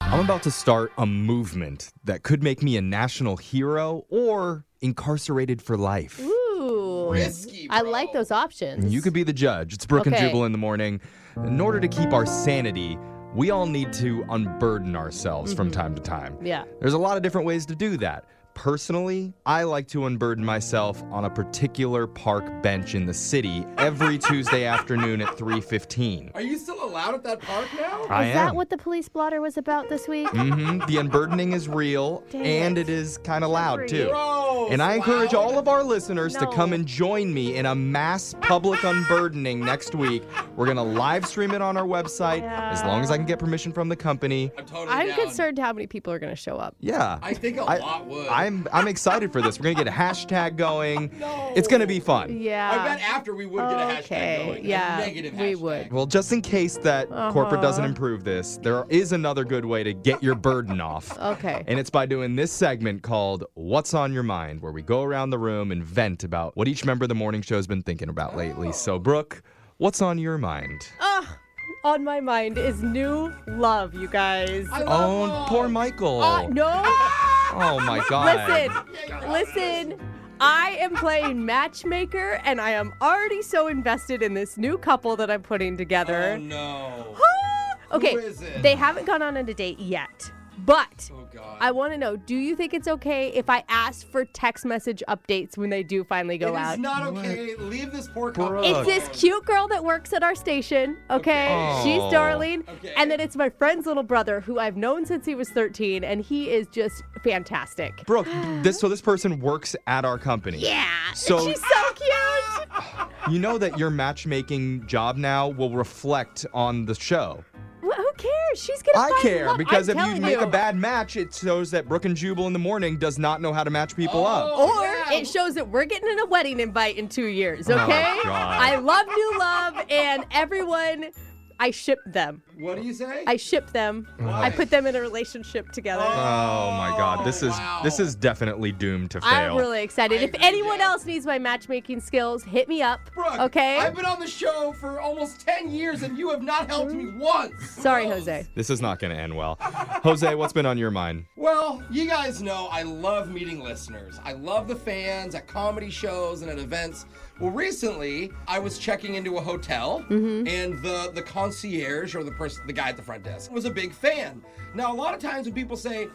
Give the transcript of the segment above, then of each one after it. I'm about to start a movement that could make me a national hero or incarcerated for life. Ooh. Risky, I bro. like those And options. You could be the judge. It's Brooke and Okay. Jubal in the morning. In order to keep our sanity, we all need to unburden ourselves from time to time. Mm-hmm. Yeah. There's a lot of different ways to do that. Personally, I like to unburden myself on a particular park bench in the city every Tuesday afternoon at 3:15. Are you still allowed at that park now? I Is am. that what the police blotter was about this week? hmm The unburdening is real Dang and it it. is kind of loud too. Gross, And I encourage loud. all of our listeners to No. come and join me in a mass public unburdening next week. We're going to live stream it on our website as long as I can get permission from the company. I'm totally I'm down. concerned how many people are going to show up. Yeah. I think a I- lot would. I'm I'm excited for this. We're going to get a hashtag going. No. It's going to be fun. Yeah. I bet after we would get a hashtag Okay, going. a yeah, negative we hashtag. would. Well, just in case that corporate Uh-huh. doesn't improve this, there is another good way to get your burden off. Okay. And it's by doing this segment called What's on Your Mind, where we go around the room and vent about what each member of the morning show has been thinking about Oh. lately. So, Brooke, what's on your mind? On my mind is new love, you guys. I Ah! love oh, love. poor Michael. Uh, no. Oh my God. Listen, listen. I am playing matchmaker and I am already so invested in this new couple that I'm putting Oh together. no. okay. Who is it? They haven't gone on a date yet. But Oh god. I want to know, do you think it's okay if I ask for text message updates when they do finally go It out? is not okay. Leave this poor Bro. couple. It's this alone. cute girl that works at our station, okay? Okay. She's Oh. Darlene. Okay. And then it's my friend's little brother who I've known since he was 13, and he is just fantastic. Brooke, this so this person works at our company. Yeah. So- she's so cute. You know that your matchmaking job now will reflect on the show. Wh- Who cares? She's gonna. I find care love. because I'm if you telling make a bad match, it shows that Brooke and Jubal in the morning does not know how to match people up. Oh, Or yeah. it shows that we're getting in a wedding invite in two years, Oh, okay? God. I love new love, and everyone, I ship them. What do you say? I ship them. I put them in a relationship together. Oh my God, this is Wow. this is definitely doomed to fail. I'm Oh, really excited. I if agree, anyone yeah. else needs my matchmaking skills, hit me up. Brooke, okay? I've been on the show for almost 10 years and you have not helped me once. Sorry, Gross. Jose. This is not going to end well. Jose, what's been on your mind? Well, you guys know I love meeting listeners. I love the fans at comedy shows and at events. Well, recently I was checking into a hotel, Mm-hmm. and the the concierge or the person, the guy at the front desk, was a big fan. Now, a lot of times when people say,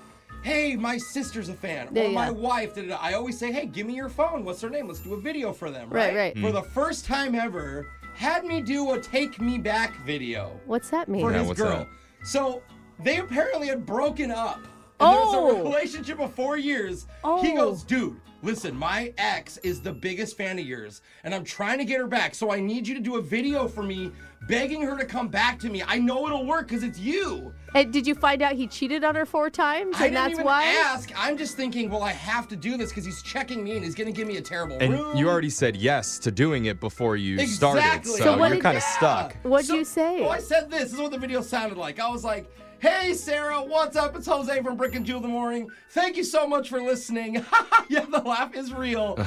"Hey, my sister's a fan," Yeah, or "My yeah. wife," da, da, da, I always say, "Hey, give me your phone. What's her name? Let's do a video for them." Right, Right, right. For the first time ever, had me do a "Take Me Back" video What's that mean? for Yeah, his what's girl. that? So they apparently had broken up. And There was Oh. a relationship of four years. He Oh. goes, dude, listen, my ex is the biggest fan of yours, and I'm trying to get her back. So I need you to do a video for me begging her to come back to me. I know it'll work because it's you. And Eh, did you find out he cheated on her four times, I and didn't that's even why? ask. I'm just thinking, well, I have to do this because he's checking me and he's gonna give me a terrible And room. you already said yes to doing it before you started, Exactly. so, So what you're did- kind of Yeah. stuck. What'd you say? Well, I said this. This is what the video sounded like. I was like, "Hey, Sarah, what's up? It's Jose from Brick and Jewel in the Morning. Thank you so much for listening. yeah, the laugh is real.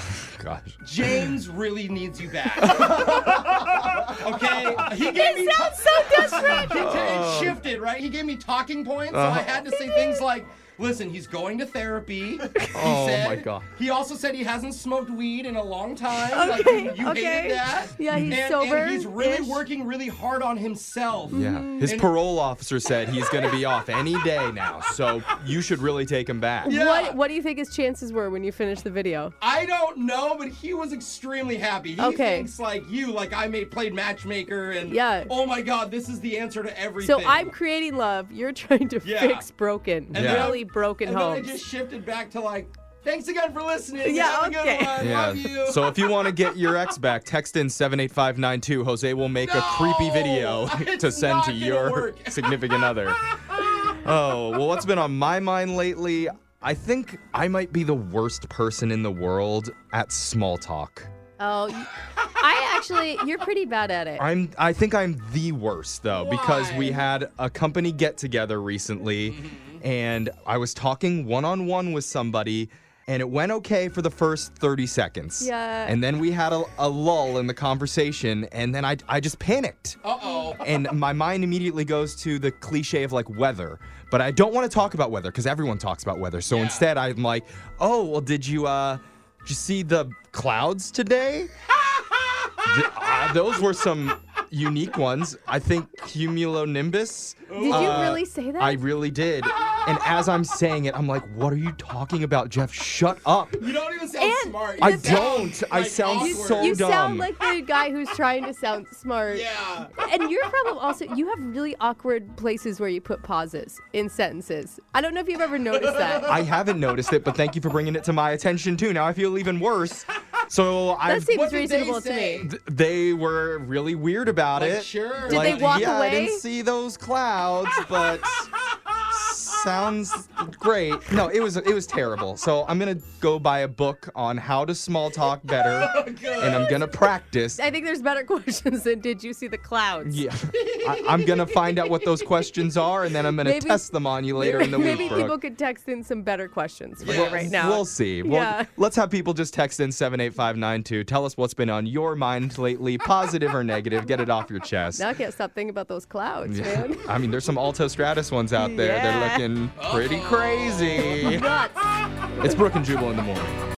Gosh. James really needs you back. okay, he gave me. It sounds so desperate. He t- Oh. it shifted, right? He gave me talking points, so Uh-huh. I had to say things like, "Listen, he's going to therapy." He Oh, said, my God. He also said he hasn't smoked weed in a long time. Okay, like, you okay. hated that. Yeah, he's and, sober-ish. And he's really working really hard on himself. Yeah. His And- parole officer said he's going to be off any day now, so you should really take him back. Yeah. What What do you think his chances were when you finished the video? I don't know, but he was extremely happy. He Okay. thinks like you, like I made played matchmaker, and Yeah. oh my god, this is the answer to everything. So I'm creating love. You're trying to Yeah. fix broken, And then- really broken and then homes. I just shifted back to like, thanks again for listening. Yeah, Have a okay. good one. Love you. So if you want to get your ex back, text in 78592. Jose will make a No! creepy video to It's send not to gonna your work. significant other. Oh, well, what's been on my mind lately? I think I might be the worst person in the world at small talk. oh, you- I actually, you're pretty bad at it. I'm I think I'm the worst though because we Why? had a company Mm-hmm. get together recently and I was talking one on one with somebody and it went okay for the first 30 seconds. Yeah. And then we had a, a lull in the conversation, and then I, I just panicked. Uh oh. And my mind immediately goes to the cliche of like weather, but I don't want to talk about weather because everyone talks about weather. So Yeah. instead, I'm like, oh, well, did you uh, did you see the clouds today? Th- uh, those were some unique ones. I think cumulonimbus. uh, Did you really say that? I really did. And as I'm saying it, I'm like, what are you talking about, Jeff? Shut up. You don't even sound And- smart. You I sound, don't. I like, sound you, awkward. so you dumb. sound like the guy who's trying to sound smart. Yeah. And your problem also, you have really awkward places where you put pauses in sentences. I don't know if you've ever noticed that. I haven't noticed it, but thank you for bringing it to my attention too. Now I feel even worse. So I that seems What did they reasonable to say? me. th- they were really weird about Like, it. sure. Did they walk yeah, I away? didn't see those clouds, but sounds great. No, it was it was terrible. So I'm gonna go buy a book on how to small talk better, and I'm gonna practice. I think there's better questions than did you see the clouds? Yeah, I, I'm gonna find out what those questions are, and then I'm gonna Maybe- test them on you later in the week. Maybe Brooke. people could text in some better questions for Yes. you right now. We'll see. We'll, Yeah. Let's have people just text in 78592. Tell us what's been on your mind lately, positive or negative. Get it off your chest. Now I can't stop thinking about those clouds, Yeah. man. I mean, there's some Alto Stratus ones out there. Yeah. They're looking pretty Uh-oh. crazy. Nuts. it's Brooke and Jubal in the morning.